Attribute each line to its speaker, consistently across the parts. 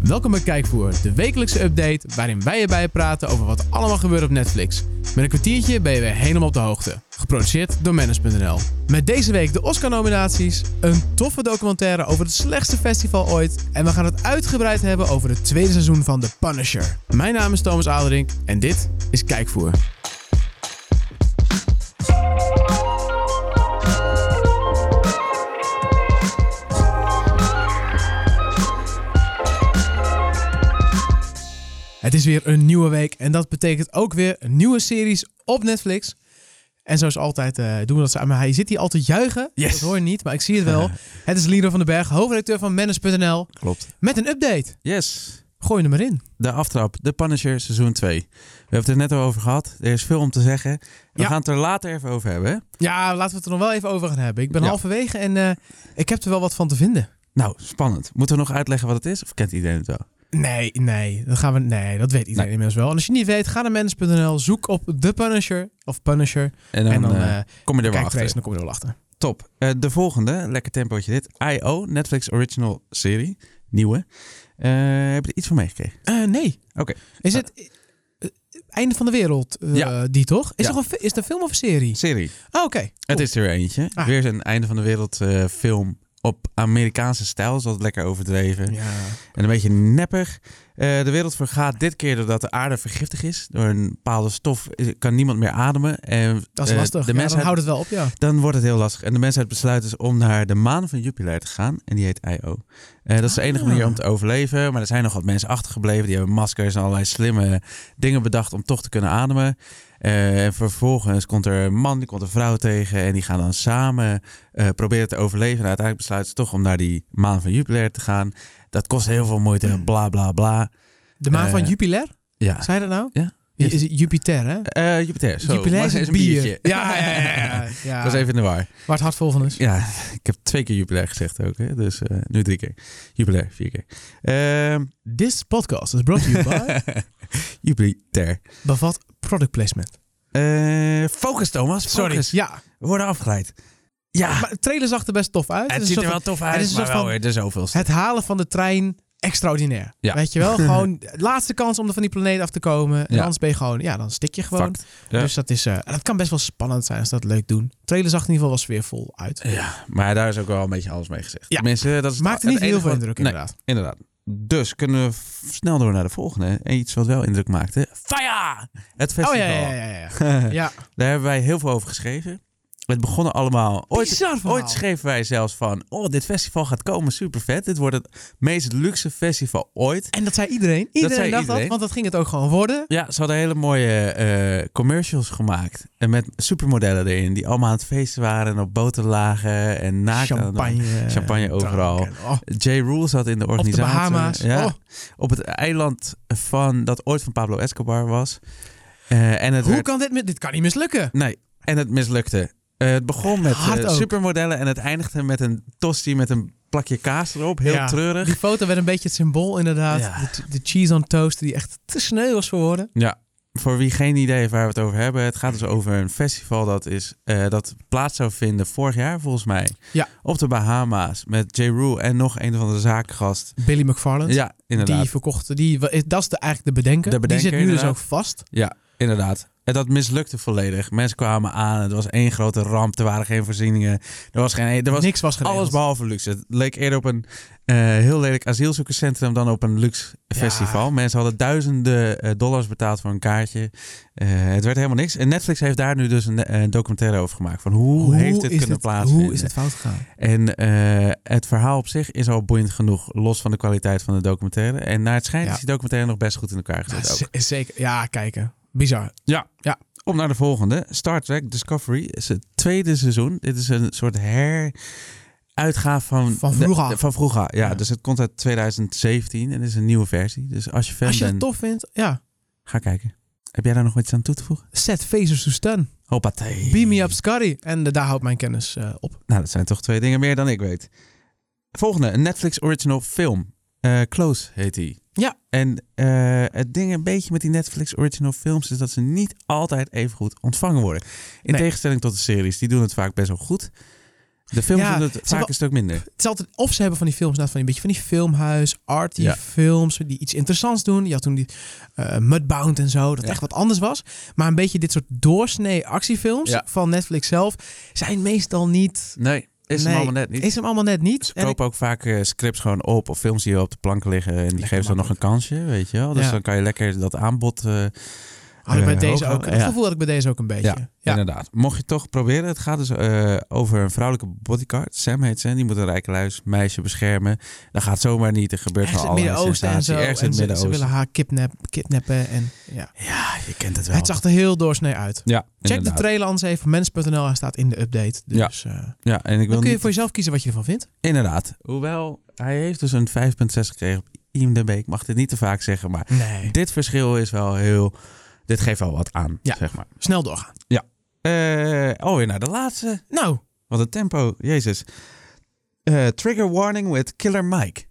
Speaker 1: Welkom bij Kijkvoer, de wekelijkse update waarin wij erbij praten over wat allemaal gebeurt op Netflix. Met een kwartiertje ben je weer helemaal op de hoogte. Geproduceerd door Manage.nl. Met deze week de Oscar-nominaties, een toffe documentaire over het slechtste festival ooit en we gaan het uitgebreid hebben over het tweede seizoen van The Punisher. Mijn naam is Thomas Aderink en dit is Kijkvoer. Het is weer een nieuwe week en dat betekent ook weer nieuwe series op Netflix. En zoals altijd eh, doen we dat samen. Hij zit hier altijd juichen.
Speaker 2: Yes.
Speaker 1: Dat hoor je niet, maar ik zie het wel. het is Lido van den Berg, hoofdredacteur van Manage.nl.
Speaker 2: Klopt.
Speaker 1: Met een update.
Speaker 2: Yes.
Speaker 1: Gooi hem erin.
Speaker 2: De aftrap, de Punisher seizoen 2. We hebben het er net al over gehad. Er is veel om te zeggen. We
Speaker 1: Ja.
Speaker 2: gaan het er later even over hebben. hè?
Speaker 1: Ja, laten we het er nog wel even over gaan hebben. Ik ben
Speaker 2: Ja.
Speaker 1: halverwege en eh, ik heb er wel wat van te vinden.
Speaker 2: Nou, spannend. Moeten we nog uitleggen wat het is? Of kent iedereen het wel?
Speaker 1: Nee, nee, dat gaan we. Nee, dat weet iedereen inmiddels wel. En als je niet weet, ga naar mens.nl, zoek op de Punisher of Punisher.
Speaker 2: En dan,
Speaker 1: en dan
Speaker 2: eh,
Speaker 1: eh
Speaker 2: kom je er wel
Speaker 1: kijk
Speaker 2: achter.
Speaker 1: er eens en dan kom je er wel achter.
Speaker 2: Top. Eh, de volgende, lekker tempootje dit. I.O., Netflix Original Serie. Nieuwe. Eh heb je er iets van meegekregen?
Speaker 1: Eh, nee.
Speaker 2: Oké. Ah.
Speaker 1: Is het eh, einde van de wereld? eh,
Speaker 2: Ja.
Speaker 1: Die toch? Is,
Speaker 2: Ja.
Speaker 1: er een, fi- is het een film of een serie?
Speaker 2: Serie.
Speaker 1: Oh, Oké.
Speaker 2: Het is er weer eentje.
Speaker 1: Ah.
Speaker 2: Weer een einde van de wereld eh, film op Amerikaanse stijl. Is altijd lekker overdreven.
Speaker 1: Ja.
Speaker 2: En een beetje neppig. Eh, de wereld vergaat dit keer doordat de aarde vergiftig is. Door een bepaalde stof is- kan niemand meer ademen. En,
Speaker 1: Dat is
Speaker 2: eh,
Speaker 1: lastig.
Speaker 2: De
Speaker 1: ja,
Speaker 2: mensheid,
Speaker 1: Dan houdt het wel op, ja.
Speaker 2: dan wordt het heel lastig. En de mensheid besluit dus om naar de maan van Jupiter te gaan. En die heet Io. Eh, dat is de enige
Speaker 1: Ah.
Speaker 2: manier om te overleven. Maar er zijn nog wat mensen achtergebleven. Die hebben maskers en allerlei slimme dingen bedacht om toch te kunnen ademen. Eh, en vervolgens komt er een man, die komt een vrouw tegen. En die gaan dan samen eh, proberen te overleven. En uiteindelijk besluiten ze toch om naar die maan van Jupiter te gaan. Dat kost heel veel moeite. Bla bla bla.
Speaker 1: De maan van
Speaker 2: eh,
Speaker 1: Jupiter?
Speaker 2: Ja.
Speaker 1: Zei je dat nou?
Speaker 2: Ja.
Speaker 1: Is is het Jupiter, hè?
Speaker 2: Eh, Jupiter. Zo.
Speaker 1: Jupiler
Speaker 2: Mars
Speaker 1: is een bier. Ja, ja, ja. ja, ja.
Speaker 2: Ik was even in de war.
Speaker 1: Waar het hart vol van is.
Speaker 2: Ja, ik heb twee keer jubilair gezegd ook. Hè? Dus eh, nu drie keer. Jubilair, vier keer. Ehm
Speaker 1: This podcast is brought to you by...
Speaker 2: Jupiter.
Speaker 1: bevat product placement.
Speaker 2: Eh, focus, Thomas.
Speaker 1: Sorry.
Speaker 2: Focus.
Speaker 1: Ja,
Speaker 2: We worden afgeleid. Ja,
Speaker 1: maar de trailer zag er best tof uit.
Speaker 2: het
Speaker 1: is een
Speaker 2: ziet er
Speaker 1: soort
Speaker 2: wel tof
Speaker 1: het
Speaker 2: uit,
Speaker 1: is een
Speaker 2: maar
Speaker 1: soort
Speaker 2: wel
Speaker 1: van-
Speaker 2: weer de zoveelste.
Speaker 1: van Het halen van de trein extraordinair.
Speaker 2: Ja.
Speaker 1: Weet je wel? Gewoon laatste kans om er van die planeet af te komen. En
Speaker 2: Ja.
Speaker 1: anders ben je gewoon... Ja, dan stik je gewoon.
Speaker 2: Fact. Ja.
Speaker 1: Dus dat is... eh, dat kan best wel spannend zijn als ze dat leuk doen. De trailer zag er in ieder geval wel sfeervol uit.
Speaker 2: Ja, maar daar is ook wel een beetje alles mee gezegd.
Speaker 1: Ja.
Speaker 2: Mensen, dat is
Speaker 1: Maakte niet heel
Speaker 2: enige
Speaker 1: veel
Speaker 2: wat-
Speaker 1: indruk,
Speaker 2: Nee,
Speaker 1: inderdaad.
Speaker 2: inderdaad. Dus kunnen we f- snel door naar de volgende. En iets wat wel indruk maakte. Fire! Het festival.
Speaker 1: Oh ja, ja, ja. ja, ja. ja.
Speaker 2: Daar hebben wij heel veel over geschreven. Het begonnen allemaal... Ooit,
Speaker 1: Bizar verhaal.
Speaker 2: Ooit schreven wij zelfs van, oh, dit festival gaat komen, super vet. Dit wordt het meest luxe festival ooit.
Speaker 1: En dat zei iedereen. Iedereen
Speaker 2: zei
Speaker 1: dacht dat,
Speaker 2: iedereen.
Speaker 1: want dat ging het ook gewoon worden.
Speaker 2: Ja, ze hadden hele mooie eh, commercials gemaakt. En met supermodellen erin, die allemaal aan het feesten waren en op boten lagen en naakt. aan het-
Speaker 1: champagne. eh,
Speaker 2: champagne overal.
Speaker 1: drank en- oh,
Speaker 2: J. Rule zat in de
Speaker 1: op de
Speaker 2: organisatie.
Speaker 1: Bahama's.
Speaker 2: eh, Ja,
Speaker 1: Oh,
Speaker 2: Op het eiland van, dat ooit van Pablo Escobar was. Eh, en het
Speaker 1: hoe
Speaker 2: werd-
Speaker 1: kan dit? mis- Dit kan niet mislukken.
Speaker 2: Nee, en het mislukte. Eh, het begon met
Speaker 1: Hard
Speaker 2: eh,
Speaker 1: ook.
Speaker 2: supermodellen en het eindigde met een tosti met een plakje kaas erop. Heel
Speaker 1: Ja.
Speaker 2: treurig.
Speaker 1: Die foto werd een beetje het symbool inderdaad.
Speaker 2: Ja.
Speaker 1: De, de cheese on toast die echt te sneu was voor woorden.
Speaker 2: Ja, voor wie geen idee heeft waar we het over hebben. Het gaat dus over een festival dat, is, eh, dat plaats zou vinden vorig jaar volgens mij.
Speaker 1: Ja.
Speaker 2: Op de Bahama's met J. Rule en nog een van de zaakgast.
Speaker 1: Billy McFarland.
Speaker 2: Ja, inderdaad.
Speaker 1: Die verkocht, die, dat is de, eigenlijk de bedenker.
Speaker 2: De bedenker,
Speaker 1: die zit nu
Speaker 2: inderdaad.
Speaker 1: dus ook vast.
Speaker 2: Ja, inderdaad. En dat mislukte volledig. Mensen kwamen aan. Het was één grote ramp. Er waren geen voorzieningen. Er was geen... e- Er was
Speaker 1: Niks was geregeld.
Speaker 2: alles behalve luxe. Het leek eerder op een eh, heel lelijk asielzoekerscentrum dan op een luxe festival. Mensen hadden duizenden eh, dollars betaald voor een kaartje. Eh, het werd helemaal niks. En Netflix heeft daar nu dus een, eh, een documentaire over gemaakt. Van hoe, heeft dit
Speaker 1: is
Speaker 2: kunnen plaatsvinden?
Speaker 1: Hoe is het fout gegaan?
Speaker 2: En eh, het verhaal op zich is al boeiend genoeg, los van de kwaliteit van de documentaire. En naar het schijnt
Speaker 1: Ja.
Speaker 2: is die documentaire nog best goed in elkaar gezet. ook.
Speaker 1: Z- zeker. Ja, kijken. Bizar.
Speaker 2: Op naar de volgende. Star Trek Discovery is het tweede seizoen. Dit is een soort heruitgave van...
Speaker 1: Van vroeger.
Speaker 2: de- van vroeger, ja.
Speaker 1: Ja.
Speaker 2: Dus het komt uit 2017 en het is een nieuwe versie. Dus als je fan
Speaker 1: Als je het
Speaker 2: bent,
Speaker 1: tof vindt, ja.
Speaker 2: ga kijken. Heb jij daar nog iets aan toe te voegen?
Speaker 1: Set phasers to stun.
Speaker 2: Hoppatee.
Speaker 1: Beam me up, Scotty. En eh, daar houdt mijn kennis eh, op.
Speaker 2: Nou, dat zijn toch twee dingen meer dan ik weet. Volgende, een Netflix original film. Eh, Close heet die.
Speaker 1: Ja.
Speaker 2: En eh, het ding een beetje met die Netflix original films is dat ze niet altijd even goed ontvangen worden. In
Speaker 1: Nee.
Speaker 2: tegenstelling tot de series, die doen het vaak best wel goed. De films
Speaker 1: Ja,
Speaker 2: doen het vaak
Speaker 1: wel-
Speaker 2: een stuk minder.
Speaker 1: Het is altijd, of ze hebben van die films, nou, van een beetje van die filmhuis, arty
Speaker 2: Ja.
Speaker 1: films, die iets interessants doen. Je had toen die eh, Mudbound en zo, dat
Speaker 2: Ja.
Speaker 1: echt wat anders was. Maar een beetje dit soort doorsnee actiefilms
Speaker 2: Ja.
Speaker 1: van Netflix zelf zijn meestal niet...
Speaker 2: Nee, is
Speaker 1: Nee,
Speaker 2: hem allemaal net niet.
Speaker 1: Is hem allemaal net niet.
Speaker 2: Ze
Speaker 1: En ik-
Speaker 2: kopen ook vaak eh, scripts gewoon op of films die al op de plank liggen. En die
Speaker 1: Lekker
Speaker 2: geven ze dan nog een kansje, weet je wel. Dus
Speaker 1: Ja.
Speaker 2: dan kan je lekker dat aanbod... eh,
Speaker 1: had ik Oh, bij
Speaker 2: eh,
Speaker 1: deze
Speaker 2: hoog
Speaker 1: ook,
Speaker 2: houden.
Speaker 1: Het
Speaker 2: Ja.
Speaker 1: gevoel had ik bij deze ook een beetje. Ja,
Speaker 2: Inderdaad. Mocht je het toch proberen, het gaat dus eh, over een vrouwelijke bodyguard. Sam heet ze, en die moet een rijke luis meisje beschermen. Dat gaat zomaar niet. Er gebeurt
Speaker 1: Ergens in
Speaker 2: van
Speaker 1: het
Speaker 2: allerlei
Speaker 1: Midden-Oosten en
Speaker 2: sensatie.
Speaker 1: zo. En
Speaker 2: Ergens in het
Speaker 1: ze, ze
Speaker 2: Midden-Oosten.
Speaker 1: willen haar kidnap, kidnappen. En, ja.
Speaker 2: Ja, je kent het wel.
Speaker 1: Het zag er heel doorsnee uit.
Speaker 2: Ja,
Speaker 1: Check
Speaker 2: inderdaad.
Speaker 1: de trailer anders even. Mens.nl, hij staat in de update. Dus
Speaker 2: Ja.
Speaker 1: eh,
Speaker 2: Ja, en ik wil
Speaker 1: dan kun je
Speaker 2: niet...
Speaker 1: voor jezelf kiezen wat je ervan vindt.
Speaker 2: Inderdaad. Hoewel, hij heeft dus een 5.6 gekregen op IMDb. Ik mag dit niet te vaak zeggen, maar
Speaker 1: Nee.
Speaker 2: dit verschil is wel heel... Dit geeft wel wat aan,
Speaker 1: Ja.
Speaker 2: zeg maar.
Speaker 1: Snel doorgaan.
Speaker 2: Eh, alweer naar de laatste.
Speaker 1: Nou,
Speaker 2: Wat een tempo. Jezus. Eh, trigger warning with Killer Mike.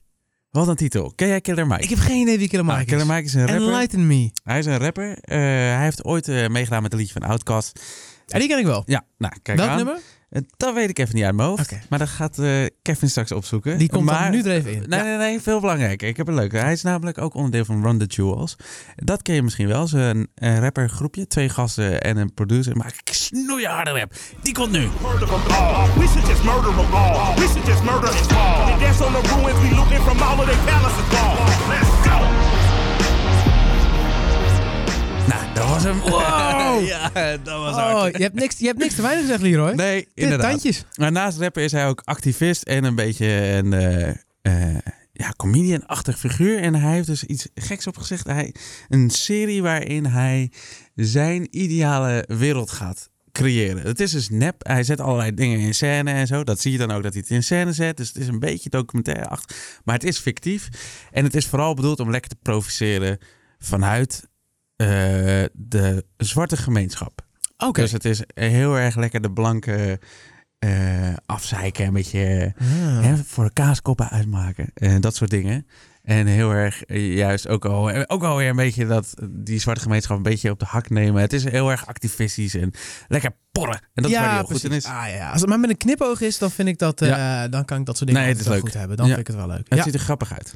Speaker 2: Wat een titel. Ken jij Killer Mike?
Speaker 1: ik heb geen idee wie Killer Mike
Speaker 2: Ah,
Speaker 1: is.
Speaker 2: Killer Mike is een rapper.
Speaker 1: Enlighten Me.
Speaker 2: Hij is een rapper. Eh, hij heeft ooit eh, meegedaan met een liedje van Outkast.
Speaker 1: En die ken ik wel.
Speaker 2: Ja, nou, kijk
Speaker 1: Welk
Speaker 2: aan.
Speaker 1: nummer?
Speaker 2: Eh, dat weet ik even niet uit mijn hoofd.
Speaker 1: Oké.
Speaker 2: Maar dat gaat eh, Kevin straks opzoeken.
Speaker 1: Die komt
Speaker 2: maar...
Speaker 1: dan nu er even in.
Speaker 2: Nee, nee, nee, veel belangrijker. Ik heb een leuke. Hij is namelijk ook onderdeel van Run the Jewels. Dat ken je misschien wel. Ze een, een rappergroepje, twee gasten en een producer. Maar snoeiharde rap. Die komt nu.
Speaker 3: murder them all. We should just murder them all. We should just murder them all. And that's on the ruins we looking from all of their palaces fall. Let's go.
Speaker 2: Nou, dat was hem.
Speaker 1: Wow.
Speaker 2: ja, dat was hard.
Speaker 1: Oh, je hebt, niks, je hebt niks te weinig gezegd, Leroy.
Speaker 2: Nee,
Speaker 1: Dit
Speaker 2: inderdaad.
Speaker 1: tandjes.
Speaker 2: Maar naast rapper is hij ook activist en een beetje een eh, eh, ja, comedian-achtig figuur. En hij heeft dus iets geks opgezegd. Hij, een serie waarin hij zijn ideale wereld gaat creëren. Het is dus nep. Hij zet allerlei dingen in scène en zo. Dat zie je dan ook dat hij het in scène zet. Dus het is een beetje documentaire Maar het is fictief. En het is vooral bedoeld om lekker te provoceren vanuit eh, de zwarte gemeenschap.
Speaker 1: Oké.
Speaker 2: Dus het is heel erg lekker de blanke eh afzeiken. Een beetje eh,
Speaker 1: Ah.
Speaker 2: hè, voor de kaaskoppen uitmaken. En dat soort dingen. En heel erg eh, juist ook, al, eh, ook alweer een beetje dat die zwarte gemeenschap een beetje op de hak nemen. Het is heel erg activistisch en lekker porren. En dat is waar hij
Speaker 1: ja,
Speaker 2: heel goed in
Speaker 1: precies.
Speaker 2: is.
Speaker 1: Ah, ja. Als het maar met een knipoog is, dan, vind ik dat, eh, dan kan ik dat soort dingen
Speaker 2: Nee,
Speaker 1: altijd
Speaker 2: het is
Speaker 1: wel
Speaker 2: leuk.
Speaker 1: goed hebben. Dan
Speaker 2: Ja.
Speaker 1: vind ik het wel leuk.
Speaker 2: Het
Speaker 1: Ja.
Speaker 2: ziet er grappig uit.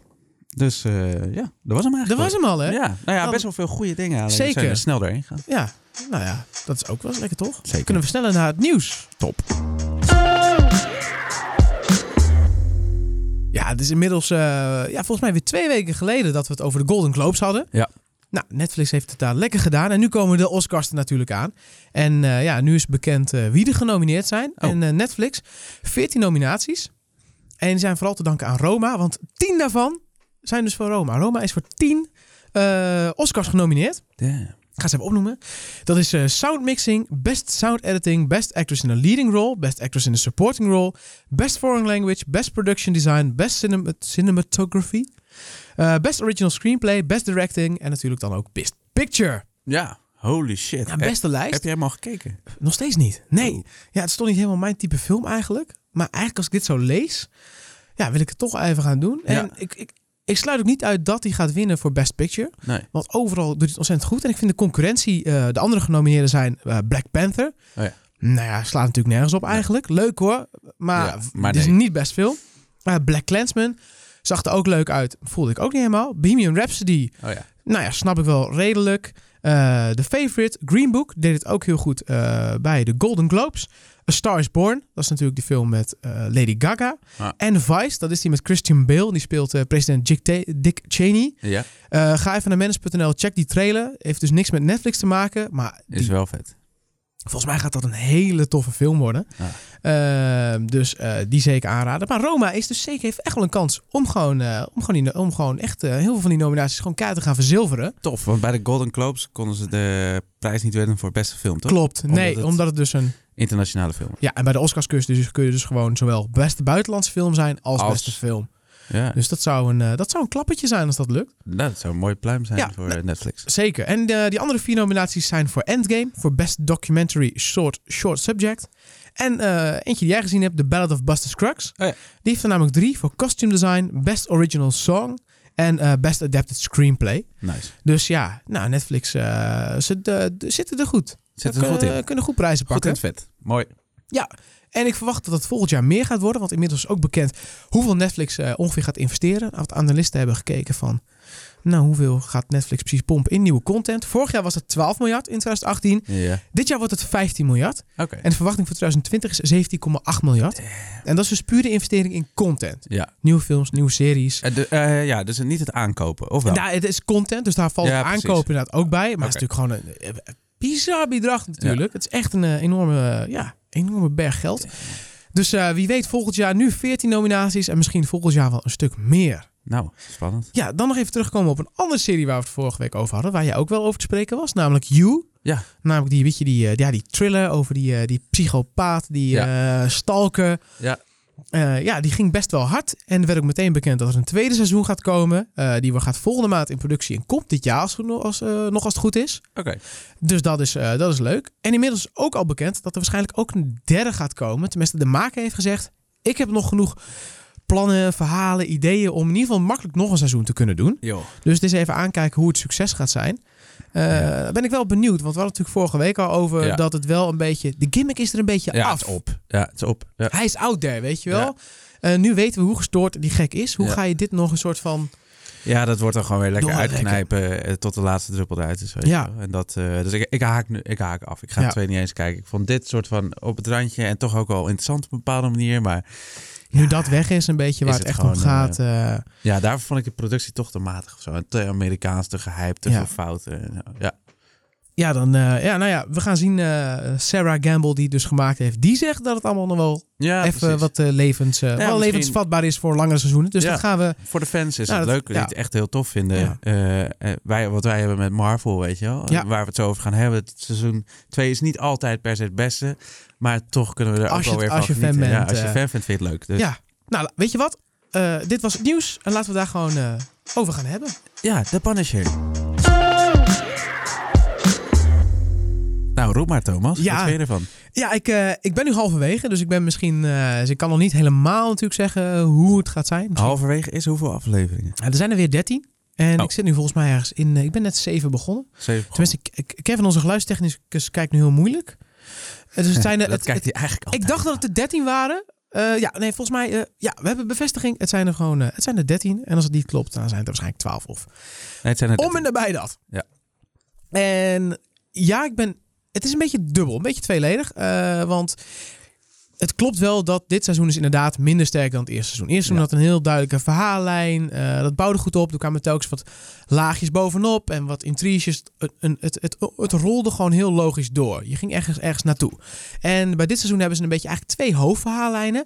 Speaker 2: Dus eh, ja, dat was hem eigenlijk.
Speaker 1: Dat was hem al, hè?
Speaker 2: Ja, nou ja,
Speaker 1: Dan-
Speaker 2: best wel veel goede dingen. Alleen
Speaker 1: Zeker.
Speaker 2: we zijn er snel doorheen gaan.
Speaker 1: Ja, nou ja, dat is ook wel eens lekker, toch?
Speaker 2: Zeker.
Speaker 1: Kunnen we snel naar het nieuws?
Speaker 2: Top.
Speaker 1: Ja, het is inmiddels eh, ja, volgens mij weer twee weken geleden dat we het over de Golden Globes hadden.
Speaker 2: Ja.
Speaker 1: Nou, Netflix heeft het daar lekker gedaan. En nu komen de Oscars er natuurlijk aan. En eh, ja, nu is bekend eh, wie er genomineerd zijn.
Speaker 2: Oh.
Speaker 1: En eh, Netflix, 14 nominaties. En die zijn vooral te danken aan Roma, want 10 daarvan zijn dus voor Roma. Roma is voor 10 eh, Oscars genomineerd.
Speaker 2: Damn.
Speaker 1: Ik ga ze even opnoemen. Dat is eh, sound mixing, best sound editing, best actress in a leading role, best actress in a supporting role, best foreign language, best production design, best cinema- cinematography, eh, best original screenplay, best directing en natuurlijk dan ook best picture.
Speaker 2: Ja, holy shit.
Speaker 1: Ja, beste
Speaker 2: Heb,
Speaker 1: lijst.
Speaker 2: heb jij hem al gekeken?
Speaker 1: Nog steeds niet. Nee.
Speaker 2: Oh.
Speaker 1: Ja, het stond niet helemaal mijn type film eigenlijk. Maar eigenlijk als ik dit zo lees, ja, wil ik het toch even gaan doen. En
Speaker 2: Ja.
Speaker 1: ik, ik, ik sluit ook niet uit dat hij gaat winnen voor best picture.
Speaker 2: Nee.
Speaker 1: Want overal doet hij het ontzettend goed. En ik vind de concurrentie, eh, de andere genomineerden zijn eh, Black Panther.
Speaker 2: Oh ja.
Speaker 1: Nou ja, slaat natuurlijk nergens op eigenlijk. Leuk hoor, maar,
Speaker 2: Ja,
Speaker 1: v-
Speaker 2: maar
Speaker 1: het is
Speaker 2: nee.
Speaker 1: niet best veel. Eh, Black Clansman zag er ook leuk uit. Voelde ik ook niet helemaal. Bohemian Rhapsody,
Speaker 2: Oh ja.
Speaker 1: nou ja, snap ik wel redelijk. Eh The Favorite, Green Book deed het ook heel goed eh, bij de Golden Globes. A Star is Born, dat is natuurlijk die film met eh, Lady Gaga.
Speaker 2: Ah.
Speaker 1: En Vice, dat is die met Christian Bale. Die speelt eh, president Dick, Ta- Dick Cheney.
Speaker 2: Ja,
Speaker 1: Eh, ga even naar mens.nl, check die trailer. Heeft dus niks met Netflix te maken. Maar die-
Speaker 2: is wel vet.
Speaker 1: volgens mij gaat dat een hele toffe film worden. Eh, dus eh, die zeker aanraden. Maar Roma is dus zeker, heeft echt wel een kans om gewoon, eh, om gewoon, die- om gewoon echt eh, heel veel van die nominaties gewoon keihard te gaan verzilveren.
Speaker 2: Tof, want bij de Golden Globes konden ze de prijs niet winnen voor beste film, toch?
Speaker 1: Klopt.
Speaker 2: Omdat
Speaker 1: nee,
Speaker 2: het-
Speaker 1: omdat het dus een...
Speaker 2: Internationale film.
Speaker 1: Ja, en bij de Oscars kun je dus, kun je dus gewoon zowel beste buitenlandse film zijn als,
Speaker 2: Als-
Speaker 1: beste film.
Speaker 2: Ja,
Speaker 1: Dus dat zou, een, eh, dat zou een klappertje zijn als dat lukt.
Speaker 2: Nou, dat zou een mooi pluim zijn
Speaker 1: Ja,
Speaker 2: voor eh, Netflix.
Speaker 1: Zeker. En eh, die andere vier nominaties zijn voor Endgame, voor Best Documentary Short, Short Subject. En eh, eentje die jij gezien hebt, The Ballad of Buster Scruggs.
Speaker 2: Oh ja.
Speaker 1: Die heeft er namelijk drie voor Costume Design, Best Original Song en eh, Best Adapted Screenplay.
Speaker 2: Nice.
Speaker 1: Dus ja, nou, Netflix, eh, ze de- de- zitten er goed.
Speaker 2: Zit
Speaker 1: Ze
Speaker 2: er goed
Speaker 1: kunnen-
Speaker 2: in.
Speaker 1: kunnen goed prijzen
Speaker 2: Eh, Goed in
Speaker 1: pakken.
Speaker 2: het vet. Mooi.
Speaker 1: Ja. En ik verwacht dat het volgend jaar meer gaat worden. Want inmiddels is ook bekend hoeveel Netflix eh, ongeveer gaat investeren. Wat analisten hebben gekeken van... Nou, hoeveel gaat Netflix precies pompen in nieuwe content? Vorig jaar was het 12 miljard in 2018.
Speaker 2: Ja.
Speaker 1: Dit jaar wordt het 15 miljard.
Speaker 2: Oké.
Speaker 1: En de verwachting voor 2020 is 17,8 miljard. En dat is dus puur de investering in content.
Speaker 2: Ja.
Speaker 1: Nieuwe films, nieuwe series.
Speaker 2: Eh, de- eh, ja, dus niet het aankopen, of wel?
Speaker 1: En daar, het is content, dus daar valt
Speaker 2: Ja,
Speaker 1: het
Speaker 2: precies.
Speaker 1: aankopen inderdaad ook bij. Maar het is
Speaker 2: Oké.
Speaker 1: natuurlijk gewoon een, eh, eh, bizar bedrag natuurlijk. Het is echt een eh, enorme, eh, ja, enorme berg geld. Dus eh, wie weet volgend jaar nu 14 nominaties en misschien volgend jaar wel een stuk meer.
Speaker 2: Nou, spannend.
Speaker 1: Ja, dan nog even terugkomen op een andere serie waar we het vorige week over hadden. Waar jij ook wel over te spreken was, namelijk You.
Speaker 2: Ja.
Speaker 1: Namelijk die, weet je, die, eh, ja, die thriller over die, eh, die psychopaat, die eh stalker.
Speaker 2: Ja.
Speaker 1: Eh, ja, die ging best wel hard. En er werd ook meteen bekend dat er een tweede seizoen gaat komen. Eh, die gaat volgende maand in productie en komt dit jaar als, het nog- als, eh, nog als het goed is.
Speaker 2: Oké.
Speaker 1: Dus dat is, eh, dat is leuk. En inmiddels is ook al bekend dat er waarschijnlijk ook een derde gaat komen. Tenminste, de maker heeft gezegd: Ik heb nog genoeg plannen, verhalen, ideeën. om in ieder geval makkelijk nog een seizoen te kunnen doen.
Speaker 2: Yo.
Speaker 1: Dus het is even aankijken hoe het succes gaat zijn. Eh, Ben ik wel benieuwd, want we hadden het natuurlijk vorige week al over
Speaker 2: Ja.
Speaker 1: dat het wel een beetje. De gimmick is er een beetje
Speaker 2: Ja,
Speaker 1: af.
Speaker 2: het is op. Ja, het is op. Ja.
Speaker 1: Hij is out there, weet je wel.
Speaker 2: Ja.
Speaker 1: Eh, nu weten we hoe gestoord die gek is. Hoe
Speaker 2: Ja.
Speaker 1: ga je dit nog een soort van.
Speaker 2: Ja, dat wordt dan gewoon weer lekker
Speaker 1: Doe maar lekker.
Speaker 2: uitknijpen eh, tot de laatste druppel eruit is. Weet
Speaker 1: Ja.
Speaker 2: je wel. En dat, eh, dus ik, ik, haak nu, ik haak af. Ik ga
Speaker 1: Ja.
Speaker 2: het twee niet eens kijken. Ik vond dit soort van op het randje en toch ook wel interessant op een bepaalde manier. Maar
Speaker 1: Nu dat weg is, een beetje waar
Speaker 2: Is
Speaker 1: het,
Speaker 2: het
Speaker 1: echt om
Speaker 2: gewoon,
Speaker 1: gaat. eh,
Speaker 2: ja, daarvoor vond ik de productie toch te matig of zo. En Te Amerikaans, te gehyped, te
Speaker 1: Ja.
Speaker 2: veel fouten. en zo. Ja.
Speaker 1: ja, dan. eh, ja, nou ja, we gaan zien. eh, Sarah Gamble, die het dus gemaakt heeft, die zegt dat het allemaal nog wel
Speaker 2: ja,
Speaker 1: even
Speaker 2: precies.
Speaker 1: wat eh, levens, eh, wel
Speaker 2: misschien-
Speaker 1: levensvatbaar is voor langere seizoenen. Dus
Speaker 2: Ja.
Speaker 1: dat gaan we.
Speaker 2: Voor de fans is
Speaker 1: Nou,
Speaker 2: het
Speaker 1: dat-
Speaker 2: leuk, die
Speaker 1: ja.
Speaker 2: het echt heel tof vinden.
Speaker 1: Ja.
Speaker 2: Eh, eh, wij, wat wij hebben met Marvel, weet je wel. eh,
Speaker 1: Ja.
Speaker 2: Waar we het zo over gaan hebben. Het seizoen 2 is niet altijd per se het beste. Maar toch kunnen we er
Speaker 1: Als
Speaker 2: ook
Speaker 1: je
Speaker 2: wel
Speaker 1: het-
Speaker 2: weer
Speaker 1: als
Speaker 2: van
Speaker 1: je fan
Speaker 2: genieten.
Speaker 1: bent,
Speaker 2: ja, als je
Speaker 1: eh,
Speaker 2: fan vindt, vind je het leuk. Dus, ja.
Speaker 1: Ja, nou, weet je wat? Eh, dit was het nieuws en laten we daar gewoon eh, over gaan hebben.
Speaker 2: The Punisher. Nou, roep maar Thomas.
Speaker 1: Ja.
Speaker 2: Wat vind je ervan?
Speaker 1: Ja, ik, eh, ik ben nu halverwege, dus ik ben misschien. eh, dus ik kan nog niet helemaal natuurlijk zeggen hoe het gaat zijn. Misschien-
Speaker 2: Halverwege is hoeveel afleveringen?
Speaker 1: Ja, er zijn er weer 13. En
Speaker 2: Oh.
Speaker 1: ik zit nu volgens mij ergens in. eh, ik ben net 7 begonnen.
Speaker 2: Zeven.
Speaker 1: Tenminste, ik- ik- Kevin, onze geluidstechnicus, kijkt nu heel moeilijk. Eh, Dus het zijn er.
Speaker 2: dat
Speaker 1: het-
Speaker 2: kijkt hij eigenlijk
Speaker 1: het-
Speaker 2: altijd.
Speaker 1: ik dacht dat het er 13 waren. Eh, ja, nee, volgens mij. eh, ja, we hebben bevestiging. Het zijn er gewoon. eh, het zijn er 13. En als het niet klopt, dan zijn het er waarschijnlijk 12 of
Speaker 2: Nee, het zijn er
Speaker 1: om en nabij dat.
Speaker 2: Ja.
Speaker 1: En ja, ik ben. Het is een beetje dubbel, een beetje tweeledig. eh, want het klopt wel dat dit seizoen is inderdaad minder sterk dan het eerste seizoen. Eerste seizoen had
Speaker 2: Ja.
Speaker 1: een heel duidelijke verhaallijn. eh, dat bouwde goed op. Toen kwamen telkens wat laagjes bovenop en wat intriges. Het, een- het, het, het rolde gewoon heel logisch door. Je ging ergens, ergens naartoe. En bij dit seizoen hebben ze een beetje eigenlijk twee hoofdverhaallijnen.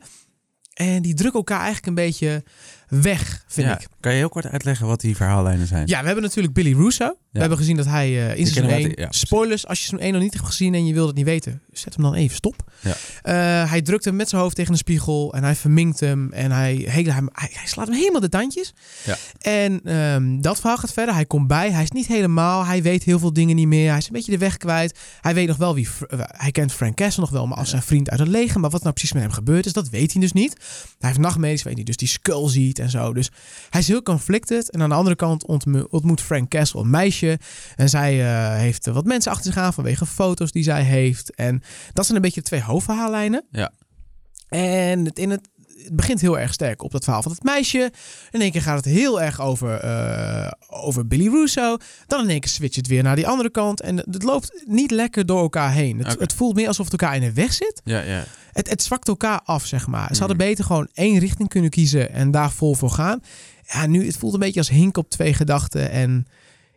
Speaker 1: En die drukken elkaar eigenlijk een beetje weg, vind
Speaker 2: Ja.
Speaker 1: ik.
Speaker 2: Kan je heel kort uitleggen wat die verhaallijnen zijn?
Speaker 1: Ja, we hebben natuurlijk Billy Russo. We hebben gezien dat hij eh, in seizoen
Speaker 2: kennen we
Speaker 1: 1...
Speaker 2: uit- ja, precies.
Speaker 1: spoilers, als je seizoen 1 nog niet hebt gezien en je wil het niet weten, zet hem dan even stop.
Speaker 2: Ja.
Speaker 1: Eh, hij drukt hem met zijn hoofd tegen een spiegel en hij verminkt hem en hij, hele- hij, hij, hij slaat hem helemaal de tandjes.
Speaker 2: Ja.
Speaker 1: En ehm, dat verhaal gaat verder. Hij komt bij, hij is niet helemaal, hij weet heel veel dingen niet meer. Hij is een beetje de weg kwijt. Hij weet nog wel wie, Fr- eh, hij kent Frank Castle nog wel, maar als zijn vriend uit het leger. Maar wat nou precies met hem gebeurd is, dat weet hij dus niet. Hij heeft nachtmerries, weet niet, dus die skull ziet en zo. Dus hij is heel conflicted. En aan de andere kant ontmo- ontmoet Frank Castle een meisje. En zij eh, heeft eh, wat mensen achter zich aan vanwege foto's die zij heeft. En dat zijn een beetje de twee hoofdverhaallijnen.
Speaker 2: Ja.
Speaker 1: En het, in het, het begint heel erg sterk op dat verhaal van het meisje. In één keer gaat het heel erg over, eh, over Billy Russo. Dan in één keer switcht het weer naar die andere kant. En het loopt niet lekker door elkaar heen. Het,
Speaker 2: Oké.
Speaker 1: het voelt meer alsof het elkaar in de weg zit.
Speaker 2: Ja, ja.
Speaker 1: Het, het zwakt elkaar af, zeg maar. Ze hadden
Speaker 2: Mm.
Speaker 1: beter gewoon één richting kunnen kiezen en daar vol voor gaan. Ja, nu, het voelt een beetje als hink op twee gedachten. En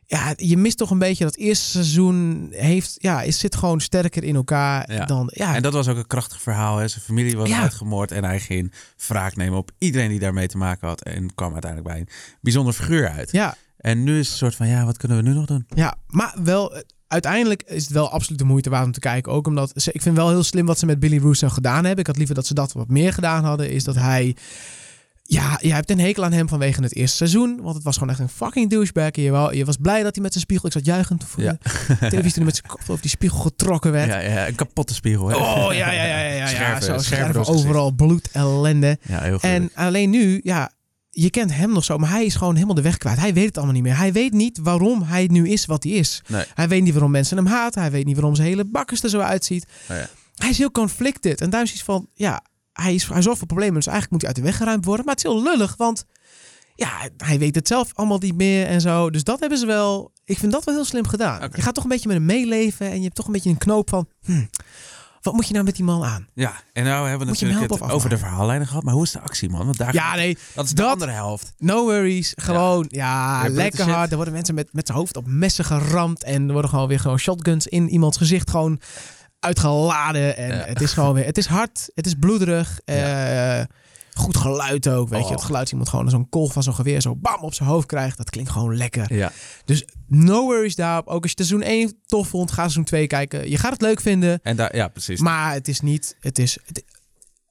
Speaker 1: ja, je mist toch een beetje dat eerste seizoen heeft, ja, is, zit gewoon sterker in elkaar
Speaker 2: Ja.
Speaker 1: dan, ja.
Speaker 2: En dat was ook een krachtig verhaal. Hè? Zijn familie was
Speaker 1: Ah. Ja.
Speaker 2: uitgemoord en hij ging wraak nemen op iedereen die daarmee te maken had. En kwam uiteindelijk bij een bijzonder figuur uit.
Speaker 1: ja,
Speaker 2: En nu is het soort van, ja, wat kunnen we nu nog doen?
Speaker 1: ja, maar wel, eh, uiteindelijk is het wel absoluut de moeite waard om te kijken. Ook omdat, ze, ik vind wel heel slim wat ze met Billy Russo gedaan hebben. Ik had liever dat ze dat wat meer gedaan hadden, is dat hij... Ja, je hebt een hekel aan hem vanwege het eerste seizoen. Want het was gewoon echt een fucking douchebag. En Je, wou- je was blij dat hij met zijn spiegel... Ik zat juichend voor
Speaker 2: Ja.
Speaker 1: de televisie toen hij met zijn kop over die spiegel getrokken werd.
Speaker 2: Ja, ja, een kapotte spiegel. Hè?
Speaker 1: Oh, ja, ja, ja, ja. ja,
Speaker 2: Scherven,
Speaker 1: zo,
Speaker 2: scherven
Speaker 1: scherven
Speaker 2: door zijn
Speaker 1: overal bloed, ellende.
Speaker 2: Ja, heel goed.
Speaker 1: En alleen nu, ja, je kent hem nog zo, maar hij is gewoon helemaal de weg kwijt. Hij weet het allemaal niet meer. Hij weet niet waarom hij nu is wat hij is.
Speaker 2: Nee.
Speaker 1: Hij weet niet waarom mensen hem haten. Hij weet niet waarom zijn hele bakkers er zo uitziet.
Speaker 2: Oh ja.
Speaker 1: Hij is heel conflicted. En daar is iets van, ja, hij, is, hij zorgt voor problemen. Dus eigenlijk moet hij uit de weg geruimd worden. Maar het is heel lullig, want ja, hij weet het zelf allemaal niet meer en zo. Dus dat hebben ze wel. Ik vind dat wel heel slim gedaan.
Speaker 2: Oké.
Speaker 1: Je gaat toch een beetje met hem meeleven. En je hebt toch een beetje een knoop van, hm, wat moet je nou met die man aan?
Speaker 2: Ja, en nou hebben we
Speaker 1: Moet je hem
Speaker 2: natuurlijk
Speaker 1: helpen
Speaker 2: het
Speaker 1: of
Speaker 2: over de verhaallijnen gehad. Maar hoe is de actie, man? Want daar
Speaker 1: Ja, nee,
Speaker 2: dat is de
Speaker 1: dat-
Speaker 2: andere helft.
Speaker 1: No worries. Gewoon, ja,
Speaker 2: Ja,
Speaker 1: lekker
Speaker 2: brute
Speaker 1: hard.
Speaker 2: shit.
Speaker 1: Er worden mensen met, met zijn hoofd op messen geramd. En er worden gewoon weer gewoon shotguns in iemands gezicht gewoon uitgeladen. En
Speaker 2: Ja.
Speaker 1: het is gewoon weer... Het is hard. Het is bloederig. eh, goed geluid ook, weet
Speaker 2: Oh.
Speaker 1: je. Het geluid iemand gewoon zo'n kolf van zo'n geweer zo bam op zijn hoofd krijgt. Dat klinkt gewoon lekker.
Speaker 2: Ja.
Speaker 1: Dus no worries daarop. Ook als je seizoen 1 tof vond, ga seizoen 2 kijken. Je gaat het leuk vinden.
Speaker 2: En daar, ja, precies.
Speaker 1: Maar het is niet. Het is, het-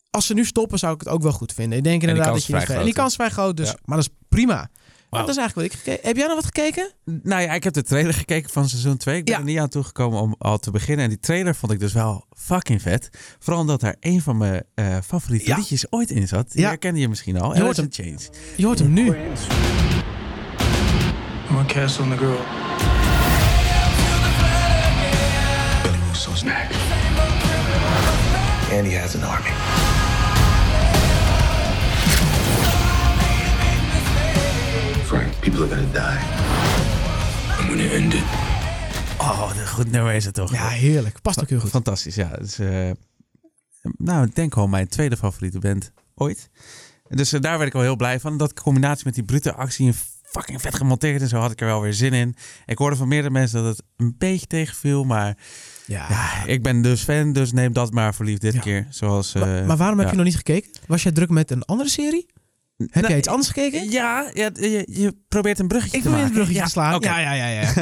Speaker 1: als ze nu stoppen, zou ik het ook wel goed vinden. Ik denk
Speaker 2: die
Speaker 1: inderdaad
Speaker 2: kans
Speaker 1: dat je
Speaker 2: is
Speaker 1: niet
Speaker 2: vrij
Speaker 1: ver- En die
Speaker 2: groot,
Speaker 1: kans is vrij groot, dus.
Speaker 2: Ja.
Speaker 1: Maar dat is prima. Dat is eigenlijk wat ik gekeken. Heb jij nog wat gekeken?
Speaker 2: Nou ja, ik heb de trailer gekeken van seizoen 2. Ik ben
Speaker 1: Ja.
Speaker 2: er niet aan toegekomen om al te beginnen. En die trailer vond ik dus wel fucking vet. Vooral omdat daar een van mijn eh, favoriete
Speaker 1: Ja.
Speaker 2: liedjes ooit in zat. Die
Speaker 1: Ja.
Speaker 2: herkende je misschien al.
Speaker 1: Je hoort
Speaker 2: Alice in Chains.
Speaker 1: Je hoort hem nu.
Speaker 4: I'm gonna cast on the girl.
Speaker 5: Billy Russo's neck. And he has an army. Frank, people are gonna die. I'm gonna end it.
Speaker 2: Oh, een goed nummer is het toch?
Speaker 1: Ja, heerlijk. Past ook heel goed.
Speaker 2: Fantastisch, ja. Dus, eh, nou, ik denk wel mijn tweede favoriete band ooit. Dus eh, daar werd ik wel heel blij van. Dat in combinatie met die brute actie en fucking vet gemonteerd en zo had ik er wel weer zin in. Ik hoorde van meerdere mensen dat het een beetje tegenviel, maar
Speaker 1: Ja.
Speaker 2: ja, ik ben dus fan, dus neem dat maar voor lief dit
Speaker 1: Ah. Ja.
Speaker 2: keer. Zoals, eh,
Speaker 1: maar, maar waarom heb
Speaker 2: ja.
Speaker 1: je nog niet gekeken? Was jij druk met een andere serie? Heb
Speaker 2: Nou,
Speaker 1: jij iets anders gekeken?
Speaker 2: Ja, ja je, je probeert een bruggetje
Speaker 1: ik
Speaker 2: te
Speaker 1: wil in
Speaker 2: maken.
Speaker 1: het bruggetje
Speaker 2: ja,
Speaker 1: te slaan.
Speaker 2: oké.
Speaker 1: Ja, ja, ja, ja.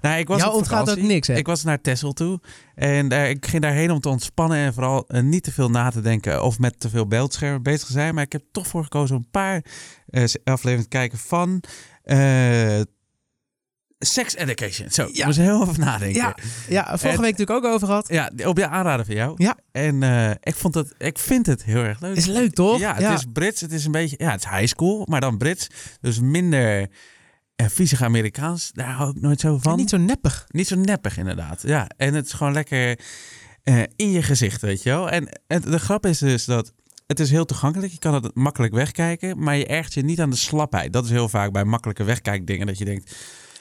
Speaker 2: Nou, ik was
Speaker 1: Jou
Speaker 2: op
Speaker 1: ontgaat
Speaker 2: vakantie.
Speaker 1: ook niks, hè?
Speaker 2: Ik was naar Texel toe. En eh, ik ging daarheen om te ontspannen en vooral eh, niet te veel na te denken of met te veel beeldschermen bezig te zijn. Maar ik heb toch voor gekozen om een paar eh, afleveringen te kijken van eh, Sex Education. Zo,
Speaker 1: Ja.
Speaker 2: moest er heel even nadenken.
Speaker 1: ja. ja vorige
Speaker 2: Het-
Speaker 1: week natuurlijk ook over gehad.
Speaker 2: Ja, op je aanraden van jou.
Speaker 1: Ja.
Speaker 2: En eh, ik, vond dat, ik vind het heel erg leuk.
Speaker 1: Is leuk, toch?
Speaker 2: Ja, het
Speaker 1: Ja.
Speaker 2: is Brits. Het is een beetje, ja, het is high school, maar dan Brits. Dus minder eh, viezig Amerikaans. Daar hou ik nooit zo van.
Speaker 1: Niet zo neppig.
Speaker 2: Niet zo neppig, inderdaad. Ja, en het is gewoon lekker eh, in je gezicht, weet je wel. En het- de grap is dus dat het is heel toegankelijk. Je kan het makkelijk wegkijken, maar je ergt je niet aan de slapheid. Dat is heel vaak bij makkelijke wegkijkdingen dat je denkt...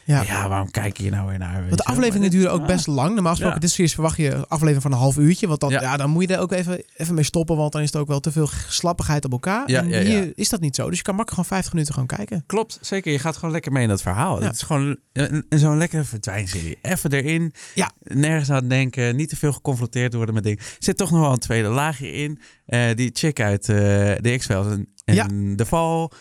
Speaker 1: Ja.
Speaker 2: Ja, waarom kijk je hier nou weer naar? weet
Speaker 1: Want
Speaker 2: je
Speaker 1: de
Speaker 2: wel?
Speaker 1: afleveringen
Speaker 2: Maar dit- Ah.
Speaker 1: duren ook best lang. Normaal gesproken,
Speaker 2: Ja.
Speaker 1: dit series verwacht je een aflevering van een half uurtje. Want dan, ja.
Speaker 2: Ja.
Speaker 1: dan moet je er ook even, even mee stoppen. Want dan is het ook wel te veel slappigheid op elkaar.
Speaker 2: Ja,
Speaker 1: en
Speaker 2: ja, ja.
Speaker 1: hier is dat niet zo. Dus je kan makkelijk gewoon 50 minuten gewoon kijken.
Speaker 2: Klopt, zeker. Je gaat gewoon lekker mee in dat verhaal.
Speaker 1: Ja.
Speaker 2: Het is gewoon een- een- zo'n lekkere verdwijnserie. Even erin,
Speaker 1: Ja.
Speaker 2: nergens aan denken, niet te veel geconfronteerd worden met dingen. Er zit toch nog wel een tweede laagje in. Eh, die chick uit eh, de X-Files en, en De Val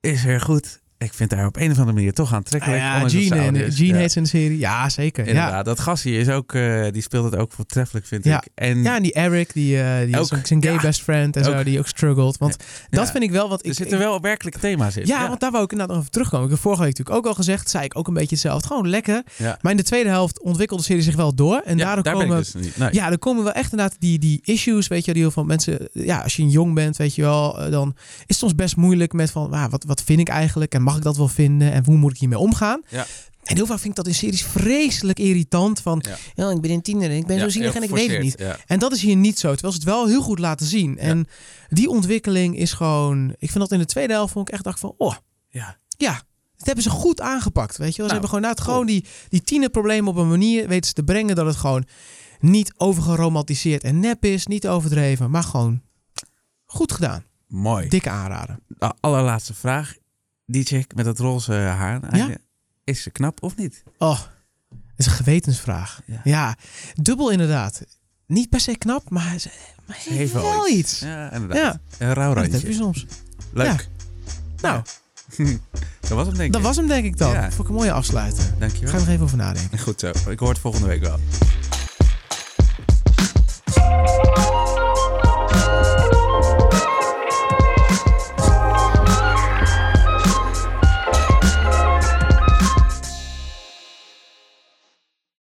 Speaker 2: is weer goed. Ik vind haar op een of andere manier toch aantrekkelijk.
Speaker 1: Ah ja,
Speaker 2: ondanks dat ze
Speaker 1: Gene, en,
Speaker 2: oud is.
Speaker 1: Gene
Speaker 2: Ja,
Speaker 1: heet ze in de serie. Ja, zeker. Ja.
Speaker 2: Inderdaad, dat gast hier is ook, eh, die speelt het ook voortreffelijk, vind
Speaker 1: Ja.
Speaker 2: ik. En
Speaker 1: ja, en die Eric, die, eh die is
Speaker 2: Ook.
Speaker 1: ook zijn gay
Speaker 2: Ja.
Speaker 1: best friend en zo,
Speaker 2: Ook.
Speaker 1: die ook struggelt. Want dat
Speaker 2: Ja.
Speaker 1: vind ik wel wat ik...
Speaker 2: er
Speaker 1: ik-
Speaker 2: zitten wel werkelijke thema's in.
Speaker 1: ja, want daar wou ik inderdaad nog even terugkomen. Ik heb vorige week natuurlijk ook al gezegd, zei ik ook een beetje hetzelfde. Gewoon lekker.
Speaker 2: Ja.
Speaker 1: Maar in de tweede helft ontwikkelde de serie zich wel door. En
Speaker 2: Ja,
Speaker 1: daardoor
Speaker 2: daar
Speaker 1: komen
Speaker 2: ben ik dus niet. Nee.
Speaker 1: Ja, er komen wel echt inderdaad die, die issues, weet je, wel, die heel veel mensen... Ja, als je jong bent, weet je wel, eh, dan is het soms best moeilijk met van... ah, wat, wat vind ik eigenlijk en mag ik dat wel vinden en hoe moet ik hiermee omgaan?
Speaker 2: Ja.
Speaker 1: En heel vaak vind ik dat in series vreselijk irritant van... Ja, ik ben een tiener en ik ben
Speaker 2: Ja,
Speaker 1: zo zielig
Speaker 2: heel
Speaker 1: en ik weet het
Speaker 2: geforceerd,
Speaker 1: niet.
Speaker 2: ja.
Speaker 1: En dat is hier niet zo, terwijl ze het wel heel goed laten zien. En die ontwikkeling is gewoon... Ik vind dat in de tweede helft vond ik echt dacht van... Oh,
Speaker 2: Ja.
Speaker 1: ja, dat hebben ze goed aangepakt. Weet je wel. Ze
Speaker 2: Nou,
Speaker 1: hebben gewoon, nou, het
Speaker 2: cool.
Speaker 1: gewoon die, die tienerproblemen op een manier weten ze te brengen dat het gewoon niet overgeromantiseerd en nep is, niet overdreven, maar gewoon goed gedaan.
Speaker 2: Mooi.
Speaker 1: Dikke aanraden.
Speaker 2: A- allerlaatste vraag. Die chick met dat roze haar. aan het
Speaker 1: Ja.
Speaker 2: einde, Is ze knap of niet?
Speaker 1: Oh, dat is een gewetensvraag. Ja,
Speaker 2: Ja.
Speaker 1: dubbel inderdaad. Niet per se knap, maar ze, maar ze heeft wel iets.
Speaker 2: Ja,
Speaker 1: Ja.
Speaker 2: inderdaad. Een rauw
Speaker 1: dat heb
Speaker 2: randje.
Speaker 1: je soms.
Speaker 2: Leuk.
Speaker 1: Nou,
Speaker 2: Dat was hem denk ik.
Speaker 1: dat was hem denk ik dan.
Speaker 2: Ja.
Speaker 1: Vond ik een mooie afsluiter. Ga
Speaker 2: Dankjewel.
Speaker 1: er nog even over nadenken.
Speaker 2: Goed zo. Ik hoor het volgende week wel.